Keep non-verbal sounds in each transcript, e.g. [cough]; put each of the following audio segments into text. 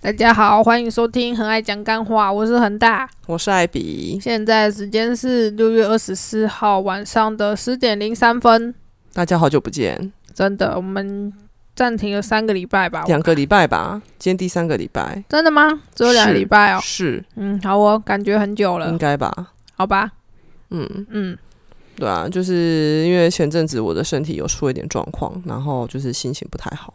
大家好，欢迎收听《很爱讲干话》，我是恒大。我是艾比，现在时间是六月二十四号晚上的十点零三分。大家好久不见，真的，我们暂停了三个礼拜吧？两个礼拜吧，今天第三个礼拜，真的吗？只有两个是礼拜哦。是嗯，好哦，感觉很久了应。该吧？好吧，嗯，嗯，对啊，就是因为前阵子我的身体有出一点状况，然后就是心情不太好，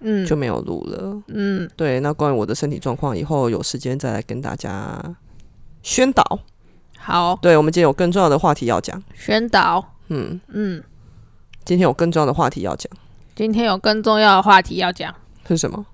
嗯，就没有录了。嗯，对，那关于我的身体状况，以后有时间再来跟大家宣导。好，对，我们今天有更重要的话题要讲，宣导。嗯，嗯，今天有更重要的话题要讲今天有更重要的话题要讲，是什么？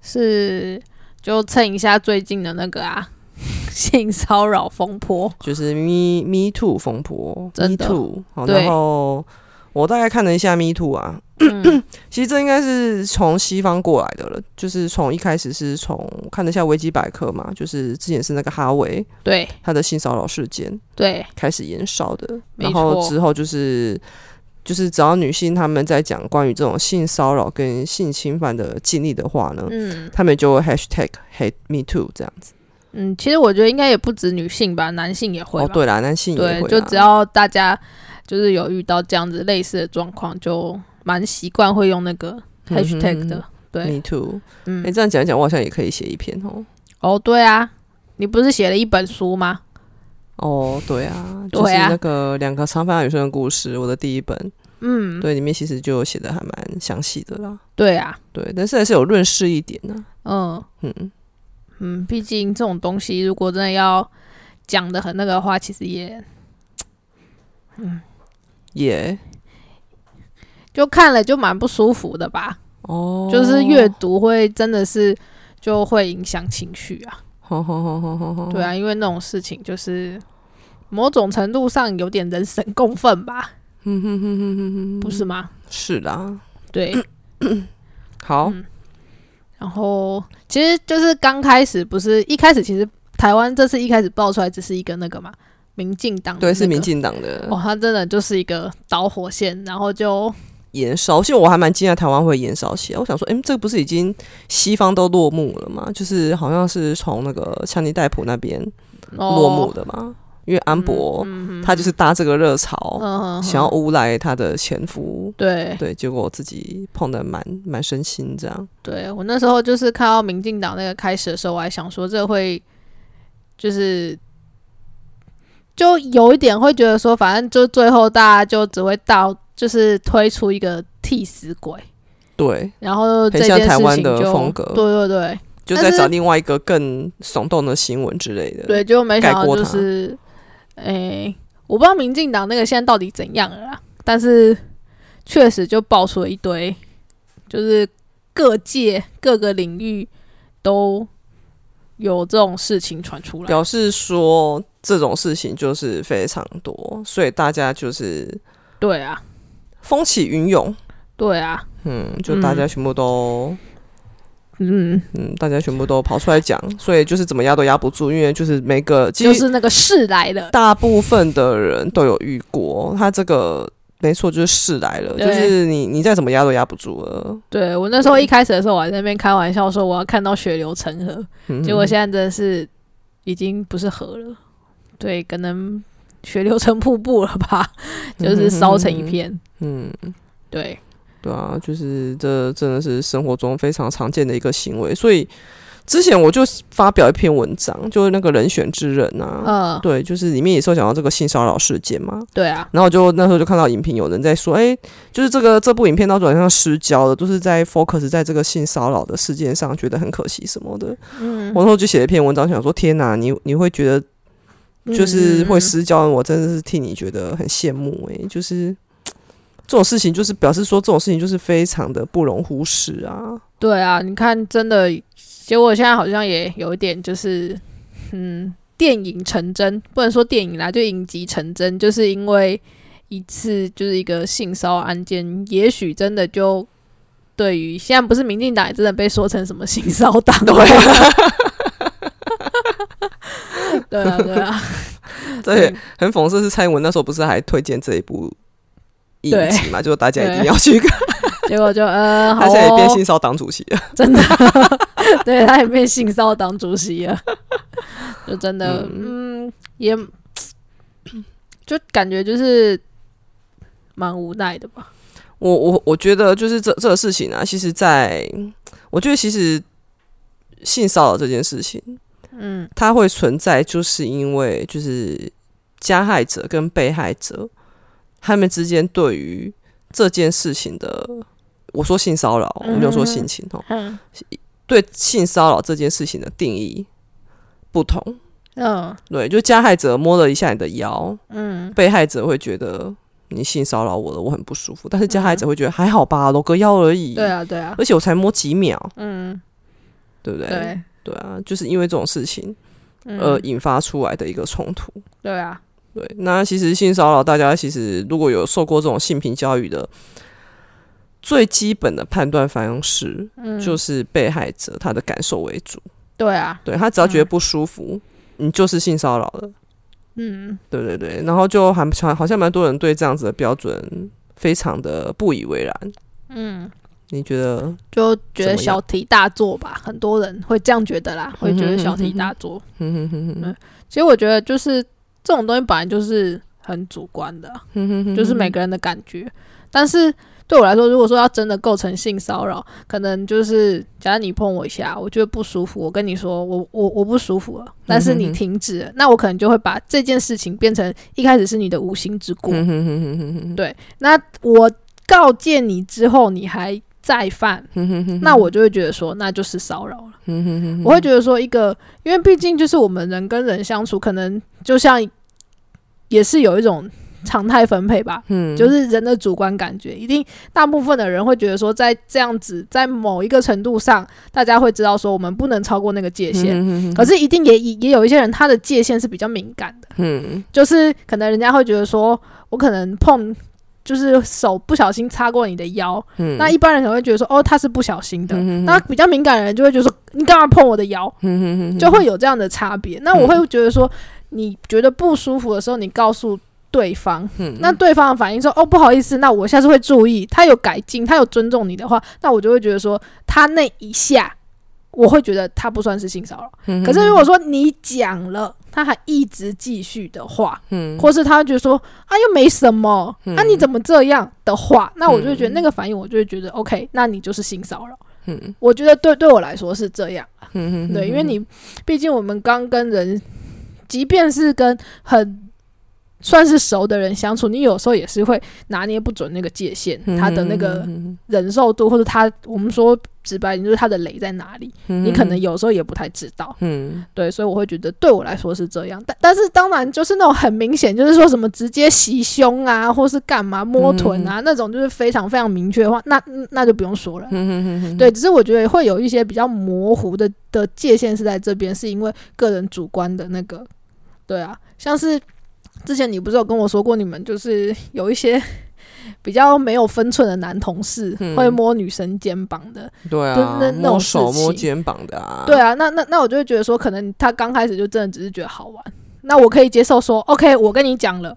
是就蹭一下最近的那个啊， [laughs] 性骚扰风波。就是 Me Me Too 风波真，Me 的 Too。好，对然后我大概看了一下 Me Too 啊，嗯其实这应该是从西方过来的了，就是从一开始是从我看了一下维基百科嘛，就是之前是那个哈维对他的性骚扰事件对，开始延烧的，没然后错之后就是就是只要女性她们在讲关于这种性骚扰跟性侵犯的经历的话呢，嗯她们就会 hashtag hate me too 这样子。嗯，其实我觉得应该也不止女性吧，男性也会哦，吧。对啦，男性也会啊对啦，就只要大家就是有遇到这样子类似的状况，就蛮习惯会用那嗯个 hashtag 的。对， me too。哎、嗯，这样讲一讲，我好像也可以写一篇哦。哦，对啊，你不是写了一本书吗？哦，对啊，对就是啊那个两个长发女生的故事，我的第一本。嗯，对，里面其实就写的还蛮详细的啦。对啊，对，但是还是有润饰一点啊呢、嗯嗯，嗯，毕竟这种东西如果真的要讲的很那个的话，其实也也、就看了就蛮不舒服的吧。哦，就是阅读会真的是就会影响情绪啊。好好好好好好，对啊，因为那种事情就是某种程度上有点人神共愤吧，嗯哼哼哼哼哼，不是吗？是啦。对， [clears throat] 嗯好，然后其实就是刚开始不是一开始，其实台湾这次一开始爆出来只是一个那个嘛，民进党、对，是民。进党的哦，他真的就是一个导火线，然后就延烧，其实我还蛮惊讶台湾会延烧起来。我想说，哎、这个不是已经西方都落幕了吗？就是好像是从那个强尼戴普那边落幕哦，的嘛，因为安博、嗯他就是搭这个热潮，嗯，想要诬赖他的前夫，对对，结果自己碰得蛮蛮身心这样。对，我那时候就是看到民进党那个开始的时候，我还想说这会就是就有一点会觉得说，反正就最后大家就只会到就是推出一个替死鬼，对，然后这很像件事台湾情的就风格对对对就但在是找另外一个更耸动的新闻之类的。，对，就没想盖到过就它是诶，我不知道民进党那个现在到底怎样了啦，但是确实就爆出了一堆，就是各界各个领域都有这种事情传出来。表示说这种事情就是非常多，所以大家就是对啊，风起云涌，对啊，嗯，就大家全部都，嗯，嗯大家全部都跑出来讲，所以就是怎么压都压不住，因为就是每个其就实是那个事来了，大部分的人都有遇过，他这个没错，就是事来了，对就是你你再怎么压都压不住了。对我那时候一开始的时候，我还在那边开玩笑说我要看到血流成河，嗯结果现在真的是已经不是河了，对，可能血流成瀑布了吧，就是烧成一片。嗯，对，对啊，就是这真的是生活中非常常见的一个行为，所以之前我就发表一篇文章，就是那个人选之人啊，嗯，对，就是里面也是有讲到这个性骚扰事件嘛，对啊，然后我就那时候就看到影评有人在说，哎、就是这个这部影片到转向失焦了，都是在 focus 在这个性骚扰的事件上，觉得很可惜什么的，嗯，我那时候就写了一篇文章，想说天哪，你你会觉得嗯就是会失焦，我真的是替你觉得很羡慕诶、就是这种事情，就是表示说这种事情就是非常的不容忽视啊。嗯。对啊，你看，真的，结果现在好像也有一点就是，嗯，电影成真，不能说电影啦，就影集成真，就是因为一次就是一个性骚扰案件，也许真的就。对于现在不是民进党也真的被说成什么性骚扰党， [laughs] 对啊对啊，对，很讽刺是蔡英文那时候不是还推荐这一部影集嘛，就大家一定要去看。结果就呃， [laughs] 好、他现在也变哦，性骚党主席了。真的， [laughs] 对，他也变性骚党主席了，就真的，嗯，也就感觉就是蛮无奈的吧。我我我觉得就是这这个事情啊，其实在我觉得其实性骚扰这件事情，嗯它会存在，就是因为就是加害者跟被害者他们之间对于这件事情的，我说性骚扰，我没有说性侵哦，嗯对性骚扰这件事情的定义不同。嗯对，就加害者摸了一下你的腰，嗯被害者会觉得你性骚扰我了，我很不舒服。但是加害者会觉得还好吧，搂个腰而嗯已，对啊对啊，而且我才摸几秒，嗯对不对？呃对，对啊，就是因为这种事情嗯而引发出来的一个冲突。对啊，对，那其实性骚扰，大家其实如果有受过这种性平教育的，最基本的判断方式嗯就是被害者他的感受为主。对啊，对他只要觉得不舒服，你就是性骚扰了。嗯对对对，然后就还好像蛮多人对这样子的标准非常的不以为然。嗯，你觉得？就觉怎么得样小题大做吧，很多人会这样觉得啦，会觉得小题大做。哼哼哼嗯哼其实我觉得就是这种东西本来就是很主观的啊，哼哼哼就是每个人的感觉。但是对我来说，如果说要真的构成性骚扰，可能就是假如你碰我一下，我觉得不舒服，我跟你说我我我不舒服了，但是嗯你哼哼停止了，那我可能就会把这件事情变成一开始是你的无心之过，哼哼哼嗯哼哼哼对，那我告诫你之后，你还再犯，哼哼哼那我就会觉得说，那就是骚扰了。哼哼嗯哼我会觉得说，一个，因为毕竟就是我们人跟人相处，可能就像也是有一种常态分配吧，哼就是人的主观感觉，一定大部分的人会觉得说，在这样子，在某一个程度上，大家会知道说，我们不能超过那个界限。嗯可是一定也也有一些人，他的界限是比较敏感的。嗯就是可能人家会觉得说，我可能碰，就是手不小心擦过你的腰，嗯那一般人可能会觉得说，哦，他是不小心的。嗯那比较敏感的人就会觉得说，你干嘛碰我的腰？嗯哼哼就会有这样的差别。那我会觉得说，你觉得不舒服的时候，你告诉对方，嗯那对方的反应说，哦，不好意思，那我下次会注意。他有改进，他有尊重你的话，那我就会觉得说，他那一下，我会觉得他不算是性骚扰。嗯可是如果说你讲了，他还一直继续的话，嗯或是他会觉得说啊又没什么，啊你怎么这样的话，那我就会觉得那个反应，我就会觉得 OK，那你就是性骚扰。嗯我觉得对对我来说是这样，嗯对，因为你毕竟我们刚跟人，即便是跟很算是熟的人相处，你有时候也是会拿捏不准那个界限，嗯他的那个忍受度或者他我们说直白点就是他的雷在哪里，你你可能有时候也不太知道。嗯对，所以我会觉得对我来说是这样，但但是当然就是那种很明显，就是说什么直接袭胸啊，或是干嘛摸嗯臀啊、那种，就是非常非常明确的话，那那就不用说了。嗯对，只是我觉得会有一些比较模糊的的界限是在这边，是因为个人主观的那个，对啊，像是之前你不是有跟我说过，你们就是有一些 [laughs] 比较没有分寸的男同事、嗯会摸女生肩膀的，对就啊那，那摸种手事情摸肩膀的啊，对啊，那那那我就会觉得说，可能他刚开始就真的只是觉得好玩，那我可以接受说，OK，我跟你讲了。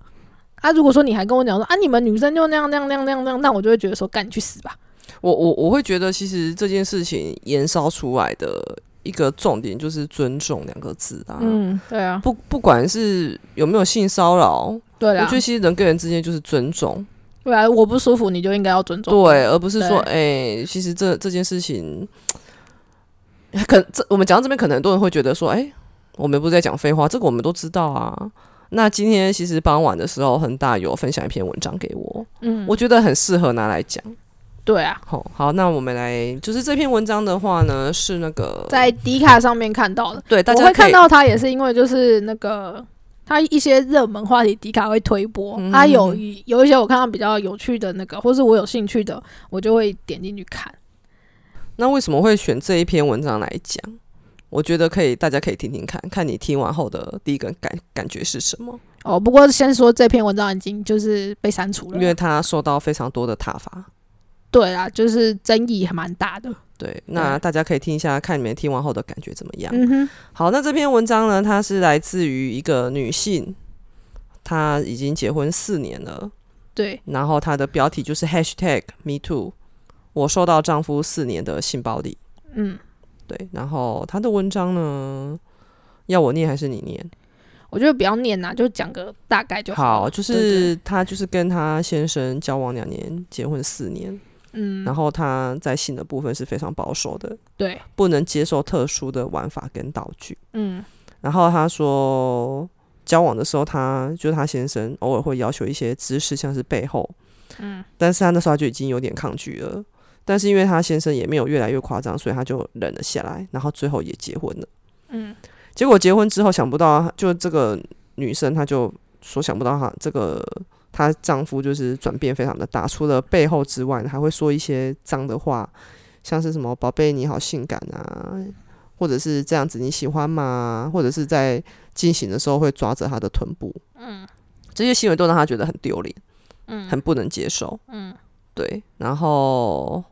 啊，如果说你还跟我讲说啊，你们女生就那样那样那样那样那样，那我就会觉得说，干你去死吧。我我我会觉得，其实这件事情延烧出来的一个重点就是尊重两个字啊。嗯，对啊，不，不管是有没有性骚扰，对我啦觉，得其实人跟人之间就是尊重，对啊，我不舒服，你就应该要尊重我。对，而不是说，对哎、其实这这件事情，可这我们讲到这边，可能很多人会觉得说，哎、我们不是在讲废话，这个我们都知道啊。那今天其实傍晚的时候，恒大有分享一篇文章给我，嗯，我觉得很适合拿来讲。对啊，好、好，那我们来，就是这篇文章的话呢，是那个在迪卡上面看到的，对大我家会可看以到它也是因为就是那个它一些热门话题，迪卡会推播，嗯它、有一有一些我看到比较有趣的那个，或是我有兴趣的，我就会点进去看。那为什么会选这一篇文章来讲？我觉得可以，大家可以听听看，看你听完后的第一个感感觉是什么，哦，不过先说这篇文章已经就是被删除因了为，他受到非常多的挞伐。对啊，就是争议还蛮大的。对，那对大家可以听一下，看你们听完后的感觉怎么样。嗯哼，好，那这篇文章呢，它是来自于一个女性，她已经结婚四年了，对，然后她的标题就是 #hashtag Me Too，我受到丈夫四年的性暴力。嗯，对，然后他的文章呢，要我念还是你念？我觉得不要念呐、就讲个大概就好好，了。就对是他就是跟他先生交往两年，结婚四年，嗯，然后他在性的部分是非常保守的，对，不能接受特殊的玩法跟道具。嗯然后他说，交往的时候他，就是他先生偶尔会要求一些姿势，像是背后，嗯但是他那时候他就已经有点抗拒了。但是因为他先生也没有越来越夸张，所以他就忍了下来，然后最后也结婚了。嗯结果结婚之后，想不到就这个女生，她就说想不到她这个她丈夫就是转变非常的大，除了背后之外，还会说一些脏的话，像是什么“宝贝你好性感啊”，或者是这样子你喜欢吗？或者是在进行的时候会抓着她的臀部，嗯这些行为都让她觉得很丢脸，嗯，很不能接受。嗯对，然后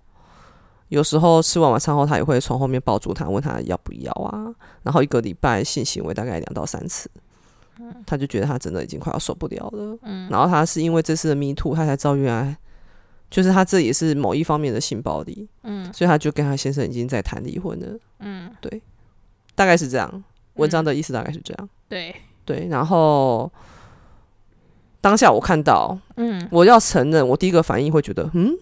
有时候吃完晚餐后，她也会从后面抱住她，问她要不要啊。然后一个礼拜性行为大概两到三次，她就觉得她真的已经快要受不了了。嗯然后她是因为这次的 Me Too，她才知道原来就是她这也是某一方面的性暴力，嗯所以她就跟她先生已经在谈离婚了，嗯，大概是这样。文章的意思大概是这样。对，对，然后当下我看到，嗯我要承认，我第一个反应会觉得，嗯，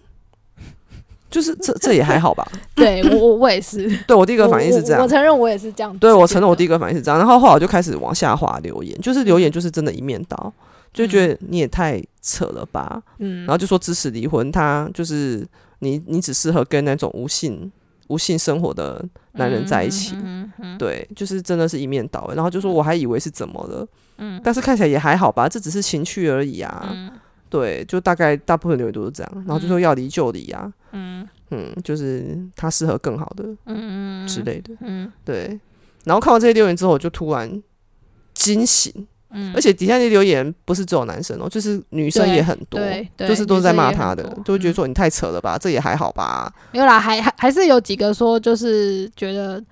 就是这这也还好吧。对我我我也是，对我第一个反应 [laughs] 是这我我样我，承认我也是这样。对我承认我第一一，个反应是这样，然后后来我就开始往下滑留言，就是留嗯言就是真的一面倒，就觉得你也太扯了吧，嗯，然后就说支持离婚，他就是你你只适合跟那种无性无性生活的男人在一起，嗯嗯嗯对，就是真的是一面倒，欸然后就说我还以为是怎么了，嗯但是看起来也还好吧，这只是情趣而已啊，嗯对，就大概大部分留言都是这样，然后就说要离就离啊，嗯嗯，就是他适合更好的嗯嗯之类的。嗯对，然后看完这些留言之后，我就突然惊醒，嗯，而且底下那些留言不是只有男生哦，就是女生对也很多，对对就是都是在骂他的女生也很，多嗯就会觉得说你太扯了吧，这也还好吧，没有啦，还还还是有几个说就是觉得。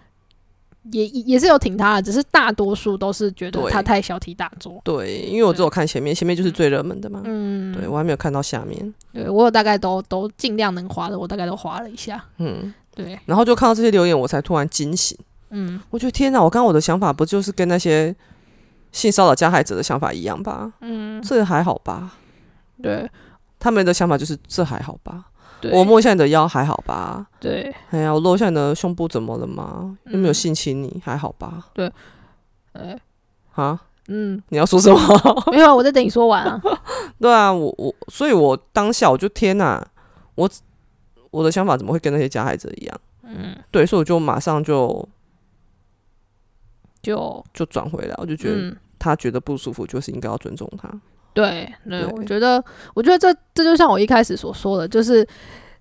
也也也是有挺他的，只是大多数都是觉得对他太小题大做。对，因为我只有看前面，前面就是最热门的嘛，嗯，对我还没有看到下面，对我有大概都都尽量能划的，我大概都划了一下。嗯，对，然后就看到这些留言，我才突然惊醒，嗯我觉得天哪，我刚刚我的想法不就是跟那些性骚扰加害者的想法一样吧？嗯，这还好吧？对他们的想法就是这还好吧？对，我摸一下你的腰还好吧？对哎呀，我露一下你的胸部怎么了吗？有没有嗯性侵你？还好吧？对，啊，呃 [laughs] 嗯，你要说 [laughs] 什么？没有啊，我在等你说完啊。对啊，我我，所以我当下我就天哪，我我的想法怎么会跟那些加害者一样？嗯，对，所以我就马上就就就转回来， [laughs] 我就觉得嗯，他觉得不舒服，就是应该要尊重他。对对，对我觉得，我觉得这这就像我一开始所说的，就是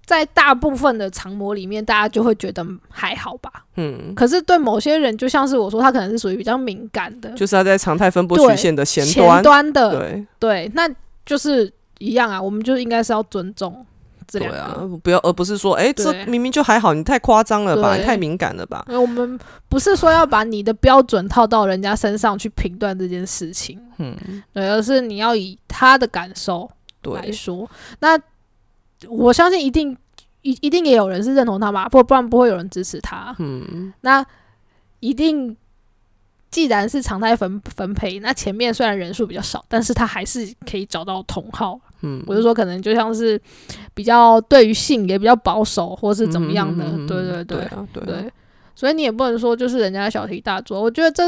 在大部分的长模里面，大家就会觉得还好吧。嗯，可是对某些人，就像是我说，他可能是属于比较敏感的就是他在常态分布曲对线的前前端的，对对，那就是一样啊，我们就应该是要尊重这对两个啊，不要，而不是说，哎，这对明明就还好，你太夸张了吧，对嗯你太敏感了吧？因为我们不是说要把你的标准套到人家身上去评断这件事情，嗯，对，而是你要以他的感受来对，说。那我相信一定一一定也有人是认同他吧，不不然不会有人支持他。嗯，那一定，既然是常态分分配，那前面虽然人数比较少，但是他还是可以找到同号。嗯我就说，可能就像是比较对于性也比较保守，或是怎么样的，嗯对对对对。啊，对啊对，所以你也不能说就是人家小题大做。我觉得这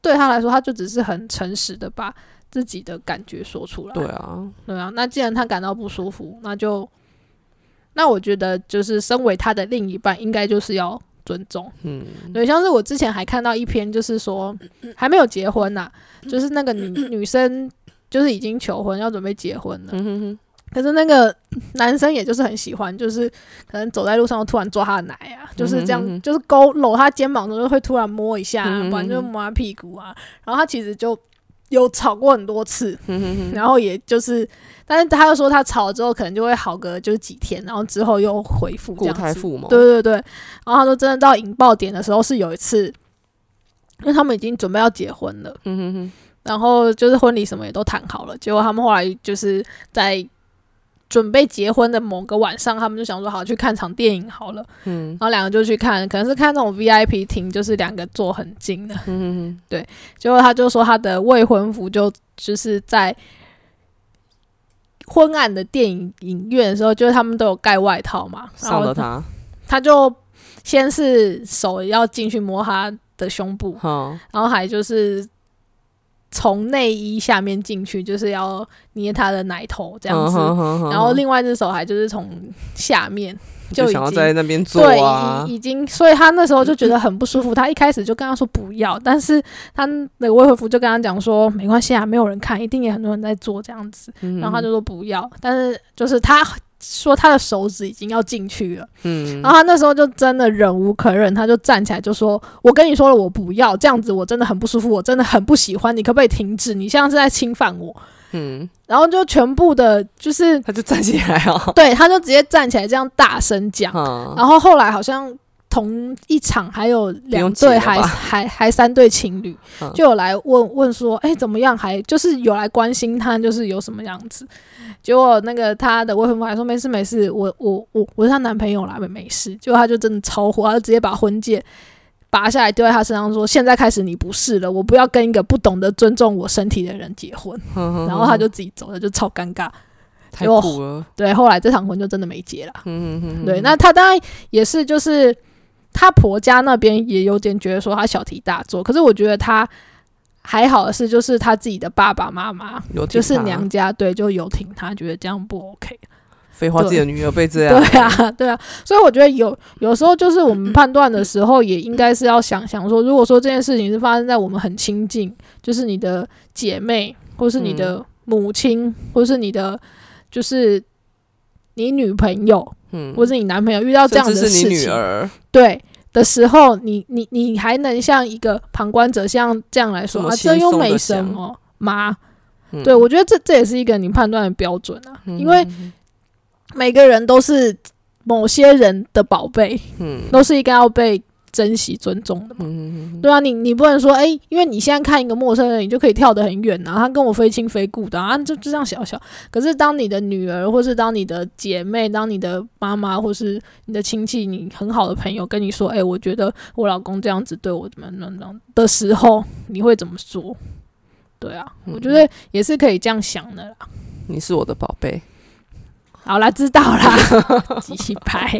对他来说，他就只是很诚实的把自己的感觉说出来。对啊，对啊，那既然他感到不舒服，那就那我觉得就是身为他的另一半，应该就是要尊重。嗯，对，像是我之前还看到一篇，就是说还没有结婚呐、就是那个 [clears throat] 女女生就是已经求婚要准备结婚了，嗯哼哼，可是那个男生也就是很喜欢，就是可能走在路上突然抓他的奶啊，就是这样，嗯哼嗯哼就是勾搂他肩膀的时候会突然摸一下、嗯哼嗯啊，哼不然就是摸他屁股啊。然后他其实就有吵过很多次，嗯哼哼，然后也就是，但是他又说他吵了之后可能就会好个就是几天，然后之后又恢复这固态样子。父母，对对对，然后他说真的到引爆点的时候是有一次，因为他们已经准备要结婚了。嗯哼哼，然后就是婚礼什么也都谈好了，结果他们后来就是在准备结婚的某个晚上，他们就想说好去看场电影好了，嗯然后两个就去看，可能是看那种 VIP 厅，就是两个坐很近的。嗯结果他就说他的未婚夫就就是在昏暗的电影影院的时候，就是他们都有盖外套嘛，然上后了他，他就先是手要进去摸他的胸部，好，然后还就是从内衣下面进去，就是要捏他的奶头这样子。嗯哼哼哼然后另外一只手还就是从下面就就已想要经在那边做对啊已，已经，所以他那时候就觉得很不舒服。他一开始就跟他说不要，但是他那个未婚夫就跟他讲说没关系啊，没有人看，一定也很多人在做这样子。嗯然后他就说不要，但是就是他说他的手指已经要进去了，嗯然后他那时候就真的忍无可忍，他就站起来就说：“我跟你说了，我不要这样子，我真的很不舒服，我真的很不喜欢，你可不可以停止？你像是在侵犯我。嗯，”然后就全部的，就是他就站起来 [laughs] 啊，对，他就直接站起来这样大声讲。啊，然后后来好像同一场还有两对不还用解了吧还还三对情侣嗯，就有来问问说，哎、怎么样还？就是有来关心他，就是有什么样子。结果那个他的未婚夫还说没事没事，我我我我是她男朋友啦，没没事。结果他就真的超火，他就直接把婚戒。拔下来丢在他身上，说：“现在开始你不是了，我不要跟一个不懂得尊重我身体的人结婚。”然然后他就自己走了，就超尴尬。太结果酷了，对，后来这场婚就真的没结了。嗯嗯嗯，对，那她当然也是，就是她婆家那边也有点觉得说她小题大做，可是我觉得她还好的是，就是她自己的爸爸妈妈，有就挺是大娘，家对，就有挺她觉得这样不 OK。废话，自己的女儿被这样，对啊，对啊，所以我觉得有有时候就是我嗯们判断的时候，也应该是要想想说，如果说这件事情是发生在我们很亲近，就是你的姐妹，或是你嗯的母亲，或是你的就是你女朋友，嗯，或是你男朋友遇到这样的甚事至是情，你女儿，对的时候，你你你还能像一个旁观者像这样来说这么啊，轻这又松地没想什么嘛？嗯对，我觉得这这也是一个你判断的标准啊，因为嗯每个人都是某些人的宝贝，嗯都是应该要被珍惜、尊重的嘛。嗯对啊，你你不能说哎、因为你现在看一个陌生人，你就可以跳得很远啊，他跟我非亲非故的啊，就就这样小小。可是当你的女儿，或是当你的姐妹，当你的妈妈，或是你的亲戚，你很好的朋友跟你说，哎、我觉得我老公这样子对我怎么样怎么样的时候，你会怎么说？对啊，嗯我觉得也是可以这样想的啦。你是我的宝贝，好啦，知道啦，机器牌，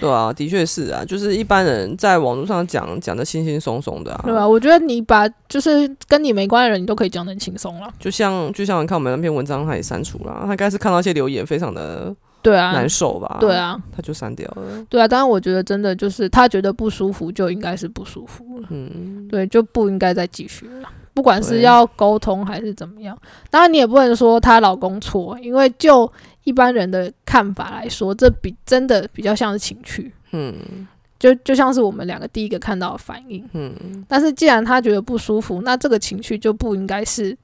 对啊，的确是啊，就是一般人在网络上讲讲的轻轻松松的啊，对吧、我觉得你把就是跟你没关的人，你都可以讲得很轻松了。就像就像你看我们那篇文章，他也删除了啊，他应该是看到一些留言，非常的对啊难，受吧？对，啊。他就删掉了。对啊，当然我觉得真的就是他觉得不舒服就应该是不舒服了，嗯，对，就不应该再继续了。不管是对要沟通还是怎么样，当然你也不能说她老公错，因为就一般人的看法来说，这比真的比较像是情趣，嗯就就像是我们两个第一个看到的反应。嗯，但是既然他觉得不舒服，那这个情绪就不应该是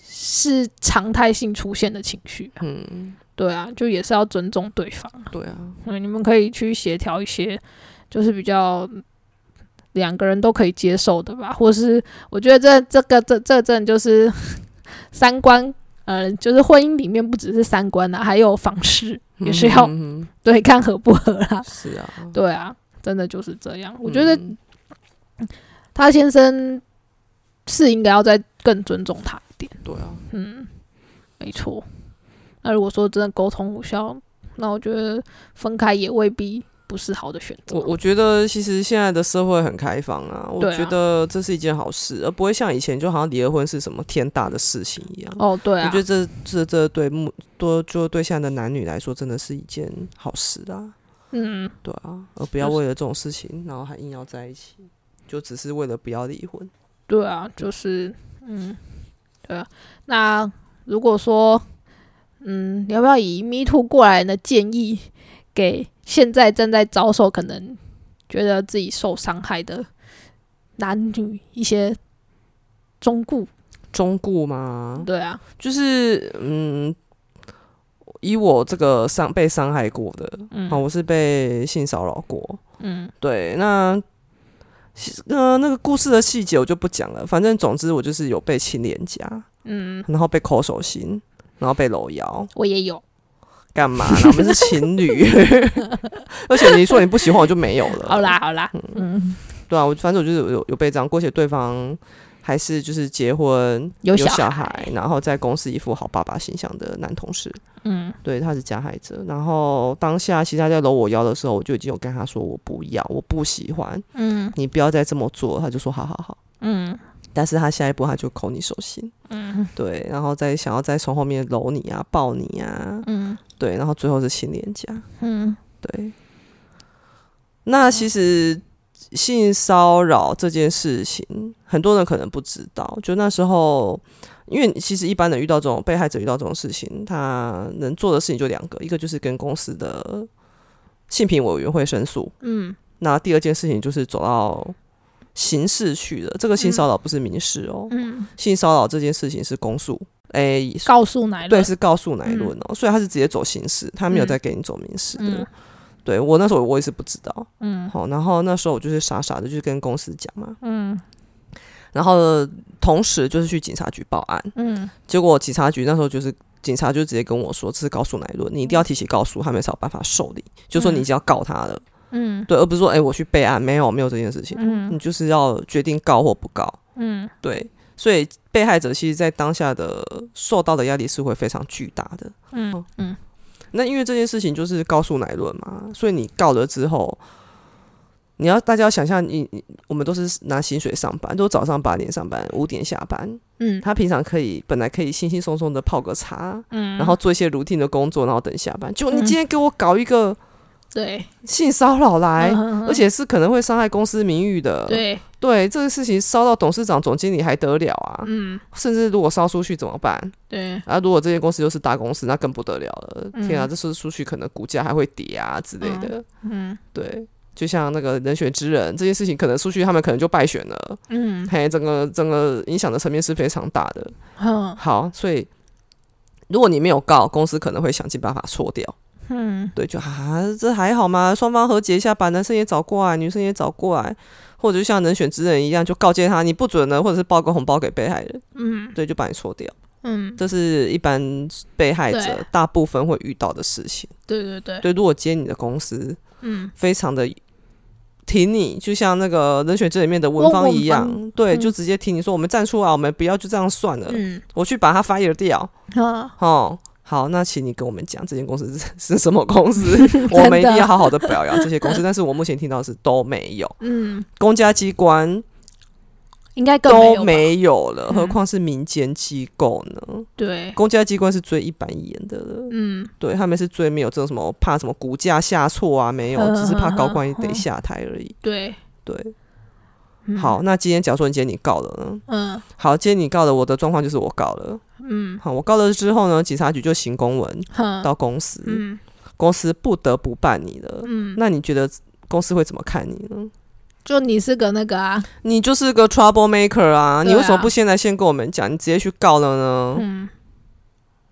是常态性出现的情绪。嗯，对啊，就也是要尊重对方。对啊，嗯，你们可以去协调一些，就是比较两个人都可以接受的吧，或是我觉得这这个这这阵就是 [laughs] 三观，呃，就是婚姻里面不只是三观啊啦、还有房事也是要、嗯嗯对看合不合啦嗯。 [laughs] 是啊，对啊，真的就是这样。我觉得嗯他先生是应该要再更尊重他一点，对啊，嗯，没错。那如果说真的沟通无效，那我觉得分开也未必不是好的选择。我我觉得其实现在的社会很开放啊，我对啊觉得这是一件好事，而不会像以前就好像离了婚是什么天大的事情一样。哦，对我啊觉，得这这这对目多就对现在的男女来说，真的是一件好事啊，嗯，对啊，而不要就是为了这种事情，然后还硬要在一起，就只是为了不要离婚。对啊，就是，嗯，对啊。那如果说，嗯，要不要以 Me Too 过来人的建议，给现在正在遭受可能觉得自己受伤害的男女一些忠固？中顾嘛，对啊，就是嗯，以我这个伤被伤害过的，嗯啊，我是被性骚扰过，嗯对，那其实呃那个故事的细节我就不讲了，反正总之我就是有被亲脸颊，嗯然后被抠手心，然后被搂腰，我也有，干嘛啦？我们是情侣， [laughs] 而且你说你不喜欢我就没有了。好啦好啦，嗯，对啊，我反正我就是有有有被这样过，而且对方还是就是结婚有小小然后在公司一副好爸爸形象的男同事，嗯，对，他是加害者。然后当下其实他在搂我腰的时候，我就已经有跟他说我不要，我不喜欢，嗯你不要再这么做。他就说好好好，嗯但是他下一步他就抠你手心，嗯对，然后再想要再从后面搂你啊、抱你啊，嗯对，然后最后是亲脸颊，嗯，对。那其实性骚扰这件事情，很多人可能不知道。就那时候，因为其实一般人遇到这种被害者遇到这种事情，他能做的事情就两个，一个就是跟公司的性平委员会申诉，嗯那第二件事情就是走到刑事去了。这个性骚扰不是民事哦，嗯，性骚扰这件事情是公诉，哎、告诉奶对，酪，是告诉乃论哦，所以他是直接走刑事，他没有再给你走民事的。嗯对我那时候我也是不知道，嗯好，然后那时候我就是傻傻的就是跟公司讲嘛，嗯然后同时就是去警察局报案，嗯结果警察局那时候就是。警察就直接跟我说：“这是告诉乃论，你一定嗯要提起告诉，他们才有办法受理。就说你已经要告他了，嗯对，而不是说，哎、我去备案，没有，没有这件事情，嗯你就是要决定告或不告。嗯对，所以被害者其实，在当下的受到的压力是会非常巨大的。哦嗯嗯那因为这件事情就是告诉乃论嘛，所以你告了之后，你要大家要想象你，你我们都是拿薪水上班，都早上八点上班，五点下班。嗯他平常可以本来可以轻轻松松的泡个茶，嗯，然后做一些 routine 的工作，然后等下班。就你嗯今天给我搞一个对，性骚扰来，而而且是可能会伤害公司名誉的。嗯对，对，这个事情烧到董事长、总经理还得了啊？嗯甚至如果烧出去怎么办？对，啊，如果这些公司又是大公司，那更不得了了。嗯天啊，这是出去可能股价还会跌啊之类的。嗯对，就像那个人选之人这件事情，可能出去他们可能就败选了。嗯嘿，整个整个影响的层面是非常大的。哼好，所以如果你没有告，公司可能会想尽办法搓掉。嗯对，就啊，这还好嘛，双方和解一下，把男生也找过来，女生也找过来，或者就像人选之人一样，就告诫他你不准呢，或者是包个红包给被害人，嗯对，就把你搓掉。嗯，这是一般被害者对大部分会遇到的事情。对对对，对，如果今天你的公司嗯非常的挺你，就像那个《人选之》里面的文芳一文样，对，嗯就直接挺你说我们站出来，我们不要就这样算了，嗯我去把它 fire 掉。啊哦，好，那请你跟我们讲这间公司是 [laughs] 是什么 [laughs] 公司，我们一定要好好的表扬这些公司。但是我目前听到的是都没有，嗯，公家机关应该更都没有吧没有了，嗯何况是民间机构呢？对，公家机关是最一板一眼的了。嗯对他们是最没有这种什么怕什么股价下挫啊，没有，嗯只是怕高官嗯嗯得下台而已。对，对，嗯好，那今天假如说你今天你告了呢？嗯好，今天你告了，我的状况就是我告了。嗯好，我告了之后呢，警察局就行公文哼到公司，嗯公司不得不办你了。嗯，那你觉得公司会怎么看你呢？就你是个那个啊，你就是个 trouble maker 啊！你对啊为什么不先来先跟我们讲，你直接去告了呢？嗯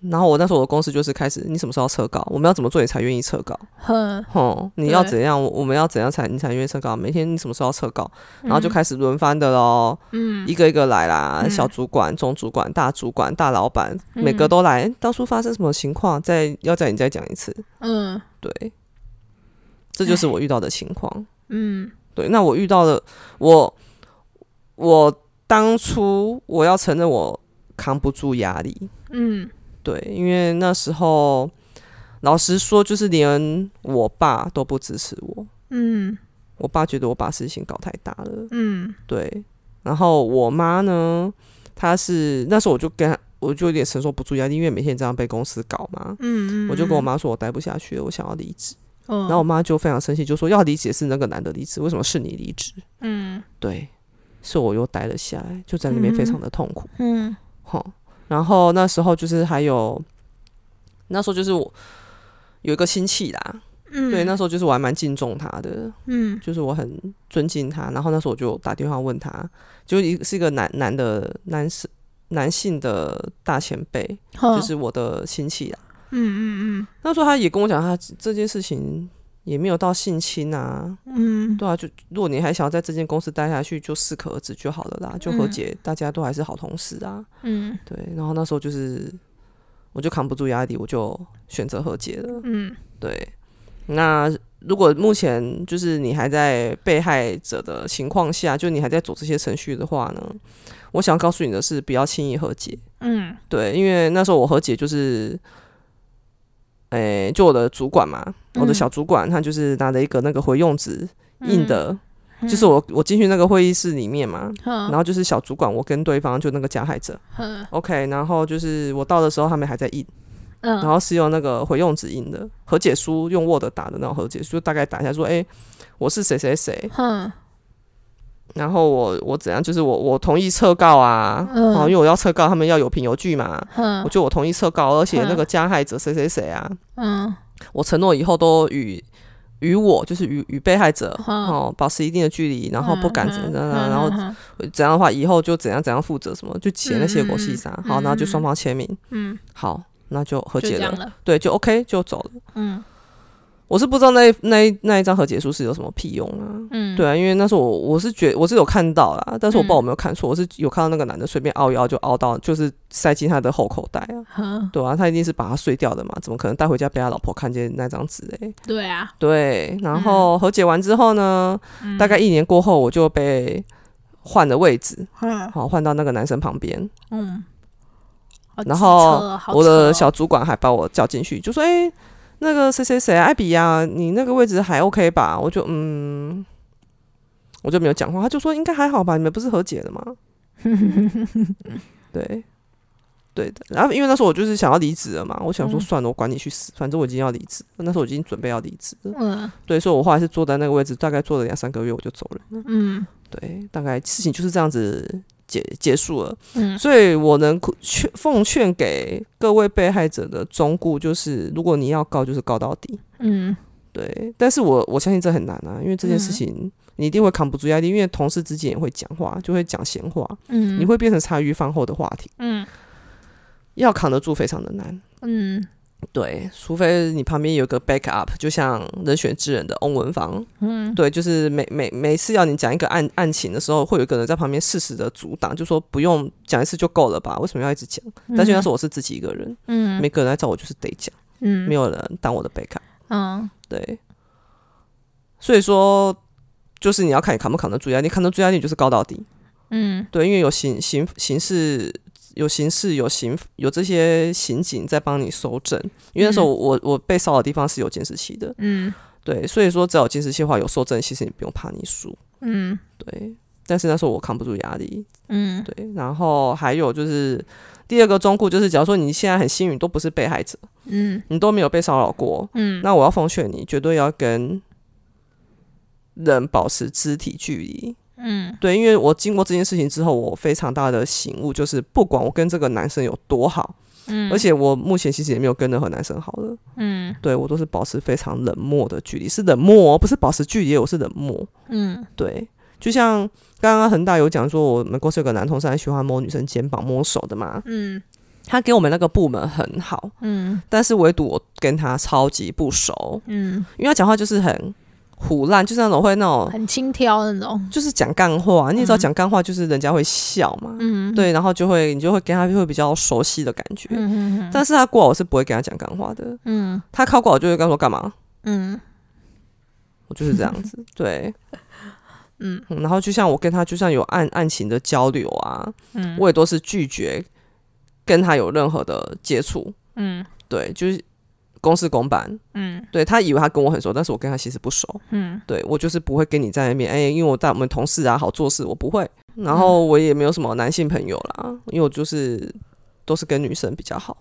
然后我那时候我的公司就是开始，你什么时候要撤稿？我们要怎么做你才愿意撤稿？哼，吼，你要嗯对怎样？我我们要怎样才你才愿意撤稿？每天你什么时候要撤稿？然后就开始轮番的喽，嗯一个一个来啦，嗯小主管、中主管、大主管、大老板，嗯每个都来。当初发生什么情况，再要再你再讲一次。嗯对，这就是我遇到的情况。嗯对，那我遇到的我，我当初我要承认我扛不住压力，嗯对，因为那时候老实说，就是连我爸都不支持我。嗯我爸觉得我把事情搞太大了，嗯对。然后我妈呢，她是那时候我就跟她，我就有点承受不住压力，因为每天这样被公司搞嘛，嗯，我就跟我妈说我待不下去了，我想要离职。嗯，然后我妈就非常生气，就说要离职也是那个男的离职，为什么是你离职？嗯对，是我又待了下来，就在那边非常的痛苦。嗯好，然后那时候就是还有，那时候就是我有一个亲戚啦，嗯，对，那时候就是我还蛮敬重他的，嗯就是我很尊敬他。然后那时候我就打电话问他，就一是一个男男的男士男性的大前辈，哼就是我的亲戚啦。嗯嗯那时候他也跟我讲，他这件事情也没有到性侵啊，嗯嗯对啊，就如果你还想要在这间公司待下去，就适可而止就好了啦，就和嗯解，大家都还是好同事啊。嗯对，然后那时候就是我就扛不住压力，我就选择和解了。嗯对，那如果目前就是你还在被害者的情况下，就你还在走这些程序的话呢，我想告诉你的是，不要轻易和解。嗯对，因为那时候我和解就是，诶、就我的主管嘛，我的嗯小主管，他就是拿着一个那个回用纸嗯印的，嗯就是我我进去那个会议室里面嘛，然哼后就是小主管，我跟对方就那个加害者哼，OK，然后就是我到的时候他们还在印，然嗯后是用那个回用纸印的和解书，用 Word 打的那种和解书，大概打一下说，哎、我是谁谁谁，哼然后我我怎样，就是我我同意撤告啊，嗯哦，因为我要撤告，他们要有凭有据嘛，我哼就我同意撤告，而且嗯那个加害者谁谁谁啊，嗯我承诺以后都与与我就是与与被害者嗯哦保持一定的距离，然后不敢怎样怎样，然后嗯怎样的话，以后就怎样怎样负责什么，就写那些嗯狗细沙，好，然后就双方签名，嗯好，那就和就解这样了，了对，就 OK 就走了。嗯我是不知道那一那一那一张和解书是有什么屁用啊。嗯对啊，因为那时候我我是觉我是有看到啦，但是我不知道嗯我没有看错，我是有看到那个男的随便凹一凹就凹到，就是塞进他的后口袋啊。哼对啊，他一定是把它碎掉的嘛，怎么可能带回家被他老婆看见那张纸嘞？对啊对，然后和解完之后呢，嗯大概一年过后我就被换了位置，嗯好换到那个男生旁边，嗯好然机后车好我扯哦的小主管还把我叫进去，就说：“哎、那个谁谁谁啊，艾比呀，你那个位置还 OK 吧？”我就嗯，我就没有讲话，他就说：“应该还好吧，你们不是和解了吗？” [laughs] 对，对的。然后因为那时候我就是想要离职了嘛，我想说嗯算了，我管你去死，反正我已经要离职了，那时候我已经准备要离职了。嗯对，所以我后来是坐在那个位置，大概坐了两三个月，我就走了。嗯对，大概事情就是这样子结结束了。嗯所以我能哭劝奉劝给各位被害者的忠告就是，如果你要告，就是告到底。嗯对，但是我我相信这很难啊，因为这件事情你一定会扛不住压力，因为同事之间也会讲话，就会讲闲话，嗯你会变成茶余饭后的话题，嗯要扛得住非常的难。嗯对，除非你旁边有个 back up，就像《人选之人》的翁文芳，嗯对，就是每每每次要你讲一个案案情的时候，会有一个人在旁边适时的阻挡，就说不用讲一次就够了吧，为什么要一直讲？但是那时候我是自己一个人，嗯每个人来找我就是得讲，嗯没有人当我的 backup。嗯对，所以说就是你要看你扛不扛得住压力，扛得住压力你就是高到底。嗯对，因为有刑刑刑事有刑事有刑有这些刑警在帮你搜证，因为那时候我、我被骚扰的地方是有监视器的，嗯对，所以说只要有监视器的话，有搜证，其实你不用怕你输。嗯对，但是那时候我扛不住压力，嗯对，然后还有就是第二个忠告就是，假如说你现在很幸运都不是被害者，嗯你都没有被骚扰过，嗯那我要奉劝你，绝对要跟人保持肢体距离。嗯对，因为我经过这件事情之后，我非常大的醒悟，就是不管我跟这个男生有多好，嗯，而且我目前其实也没有跟任何男生好了，嗯对我都是保持非常冷漠的距离，是冷漠、哦，不是保持距离，我是冷漠。嗯对，就像刚刚恒大有讲说，我们公司有个男同事很喜欢摸女生肩膀、摸手的嘛，嗯他给我们那个部门很好，嗯但是唯独我跟他超级不熟，嗯，因为他讲话就是很胡乱，就是那种会那种很轻佻那种，就是讲干话，你也知道嗯讲干话就是人家会笑嘛，嗯，对，然后就会你就会跟他会比较熟悉的感觉，嗯，嗯但是他过来我是不会跟他讲干话的，嗯他靠过来我就会跟他说干嘛，嗯我就是这样子，对。 [laughs] 嗯嗯然后就像我跟他，就算有案案情的交流啊，嗯，我也都是拒绝跟他有任何的接触。嗯对，就是公事公办。嗯对他以为他跟我很熟，但是我跟他其实不熟。嗯对我就是不会跟你在那边，哎、因为我在我们同事啊，好做事，我不会。嗯然后我也没有什么男性朋友啦，因为我就是都是跟女生比较好。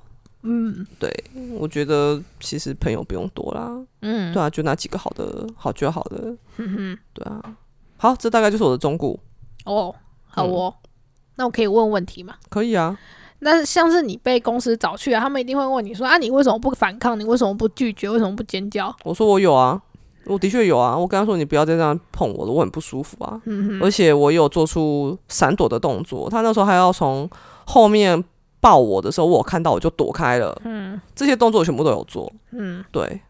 嗯对，我觉得其实朋友不用多啦，嗯，对啊，就那几个好的好就好了，嗯对啊。好，这大概就是我的忠告，哦，嗯好哦，那我可以问问题吗？可以啊。那像是你被公司找去啊，他们一定会问你说啊，你为什么不反抗？你为什么不拒绝？为什么不尖叫？我说我有啊，我的确有啊。我跟他说你不要再这样碰我了，我很不舒服啊。嗯而且我有做出闪躲的动作，他那时候还要从后面抱我的时候，我有看到我就躲开了。嗯这些动作我全部都有做，嗯，对。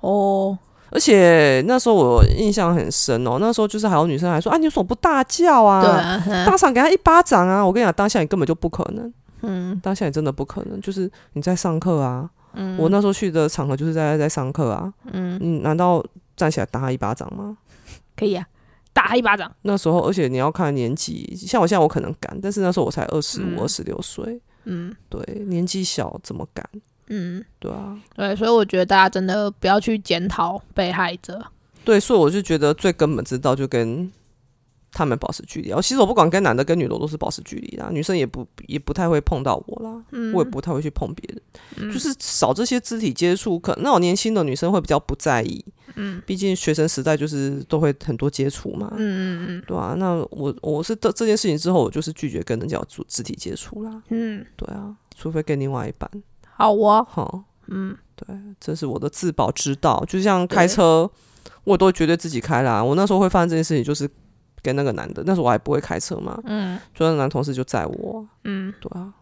哦，而且那时候我印象很深哦，那时候就是还有女生还说啊，你为什么不大叫对啊？啊，当场给他一巴掌啊！我跟你讲，当下你根本就不可能，嗯当下也真的不可能，就是你在上课啊，我那时候去的场合就是在在上课啊，嗯，你难道站起来打他一巴掌吗？可以啊，打他一巴掌。那时候，而且你要看年纪，像我现在我可能敢，但是那时候我才二十嗯五、二十六岁，嗯对，年纪小怎么敢？嗯，对啊，对，所以我觉得大家真的不要去检讨被害者。对，所以我就觉得最根本之道就跟他们保持距离。哦，其实我不管跟男的跟女的我都是保持距离啦，女生也不也不太会碰到我啦，嗯，我也不太会去碰别人，就是少这些肢体接触。可能那种年轻的女生会比较不在意，嗯毕竟学生时代就是都会很多接触嘛。嗯嗯对啊，那我我是这这件事情之后，我就是拒绝跟人家有肢肢体接触啦。嗯嗯，对啊，除非跟另外一半，好哦，好，嗯这是我的自保之道。就像对开车，我都绝对自己开啦。我那时候会发生这件事情，就是跟那个男的，那时候我还不会开车嘛，嗯就那男同事就载我，嗯，对啊，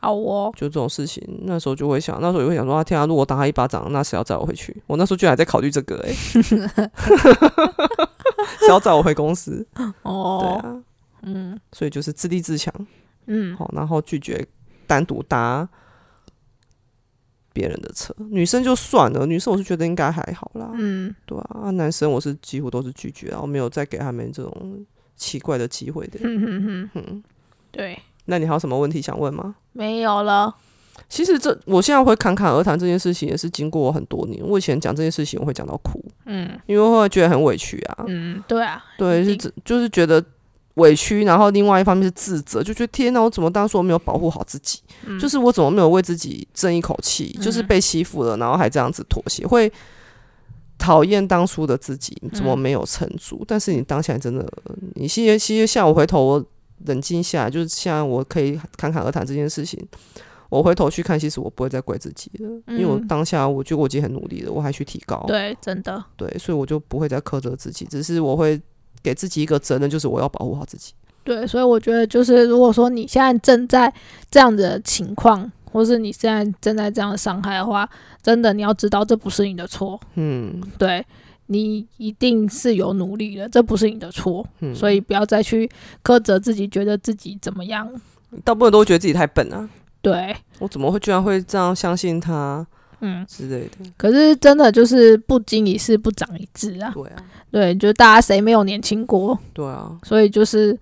好哦，就这种事情，那时候就会想，那时候也会想说，啊天啊，如果打他一巴掌，那谁要载我回去？我那时候居然还在考虑这个、 [laughs] 欸，哎，谁要载我回公司？对哦，啊，嗯所以就是自立自强，嗯好，然后拒绝单独搭别人的车。女生就算了，女生我是觉得应该还好啦。嗯对啊，啊男生我是几乎都是拒绝啊，我没有再给他们这种奇怪的机会的。哼哼哼，嗯，对，那你还有什么问题想问吗？没有了。其实这我现在会侃侃而谈这件事情，也是经过我很多年。我以前讲这件事情，我会讲到哭，嗯因为会觉得很委屈啊。嗯，对啊，对，一是定这就是觉得委屈，然后另外一方面是自责，就觉得天哪，我怎么当初我没有保护好自己？嗯就是我怎么没有为自己争一口气？就是嗯被欺负了，然后还这样子妥协，会讨厌当初的自己怎么嗯没有成熟？但是你当下真的，呃你现在现在像我回头我冷静下来，就是现在我可以侃侃而谈这件事情。我回头去看，其实我不会再怪自己了，因为我嗯当下我觉得我已经很努力了，我还去提高。对，真的，对，所以我就不会再苛责自己，只是我会给自己一个责任，就是我要保护好自己。对，所以我觉得就是，如果说你现在正在这样的情况，或是你现在正在这样的伤害的话，真的你要知道这不是你的错，嗯对你一定是有努力的，这不是你的错，嗯，所以不要再去苛责自己，觉得自己怎么样，大部分都会觉得自己太笨啊，对，我怎么会居然会这样相信他嗯，之类的？可是真的就是不经一事不长一智啊，对啊，对，就大家谁没有年轻过，对啊，所以就是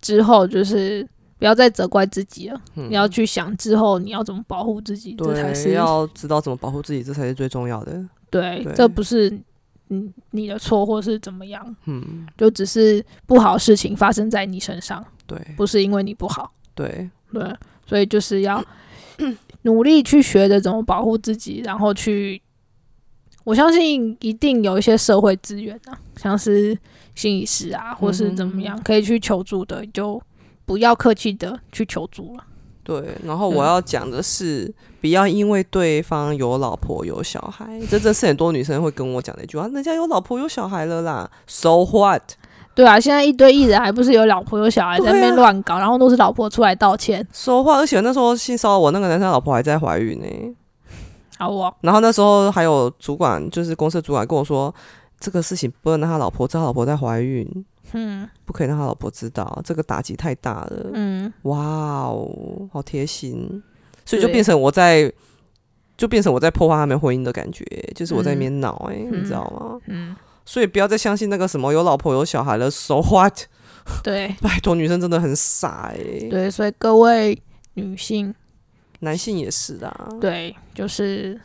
之后就是。不要再责怪自己了，嗯你要去想之后你要怎么保护自己， [laughs] 这才是对，要知道怎么保护自己，这才是最重要的。对，对这不是你你的错，或是怎么样，嗯，就只是不好的事情发生在你身上，对不是因为你不好。对，对，所以就是要 [coughs] 努力去学着怎么保护自己，然后去，我相信一定有一些社会资源啊，像是心理师啊，或是怎么样，可以去求助的，就不要客气的去求助了。对，然后嗯我要讲的是，不要因为对方有老婆有小孩，这真是很多女生会跟我讲的一句话：人家有老婆有小孩了啦，so what？对啊，现在一堆艺人还不是有老婆有小孩在那对边啊乱搞，然后都是老婆出来道歉，说话，而且那时候性骚扰我那个男生老婆还在怀孕呢、好我、然后那时候还有主管，就是公司的主管跟我说，这个事情不能让他老婆知道他老婆在怀孕，嗯不可以让他老婆知道，这个打击太大了。嗯。哇哦，好贴心，所以就对变成我在，就变成我在破坏他们婚姻的感觉，就是我在那边闹哎、嗯你知道吗？嗯所以不要再相信那个什么有老婆有小孩了，so what？对拜托，女生真的很傻哎、对，所以各位女性，男性也是啦。对，就是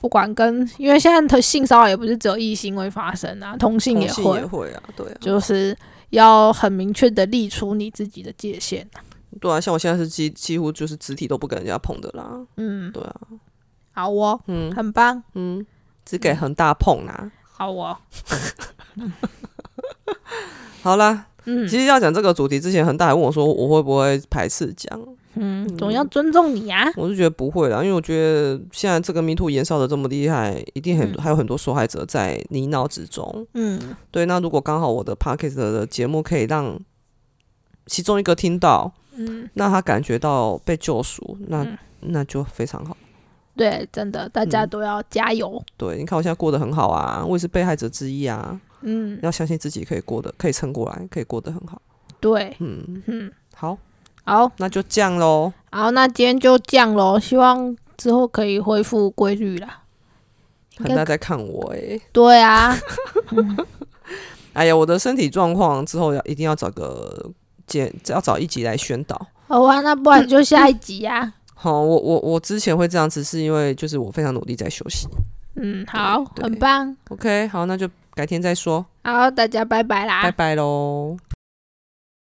不管跟，因为现在的性骚扰也不是只有异性会发生啊，同性同也性会，也会啊，对啊，就是要很明确的立出你自己的界限啊。对啊，像我现在是几几乎就是肢体都不跟人家碰的啦，嗯，对啊，好哦，嗯很棒，嗯，只给恒大碰啊啦。好哦，好啦，嗯其实要讲这个主题之前，恒大还问我说我会不会排斥讲，嗯，总要尊重你啊。我是觉得不会啦，因为我觉得现在这个 Me Too 延烧的这么厉害，一定很、嗯还有很多受害者在泥淖之中。嗯对，那如果刚好我的 Podcast 的节目可以让其中一个听到，嗯，那他感觉到被救赎，那、嗯那就非常好。对，真的，大家嗯都要加油。对，你看我现在过得很好啊，我也是被害者之一啊。嗯，要相信自己可以过得，可以撑过来，可以过得很好。对，嗯，嗯，好，好，那就这样喽。好，那今天就这样喽，希望之后可以恢复规律啦。应很该大在看我哎、对啊，哎呀，我的身体状况之后要一定要找个节，要找一集来宣导。好啊，那不然就下一集啊。好，我我我之前会这样子，是因为就是我非常努力在休息。嗯，好，对很棒。 OK，好，那就改天再说，好，大家拜拜啦，拜拜喽。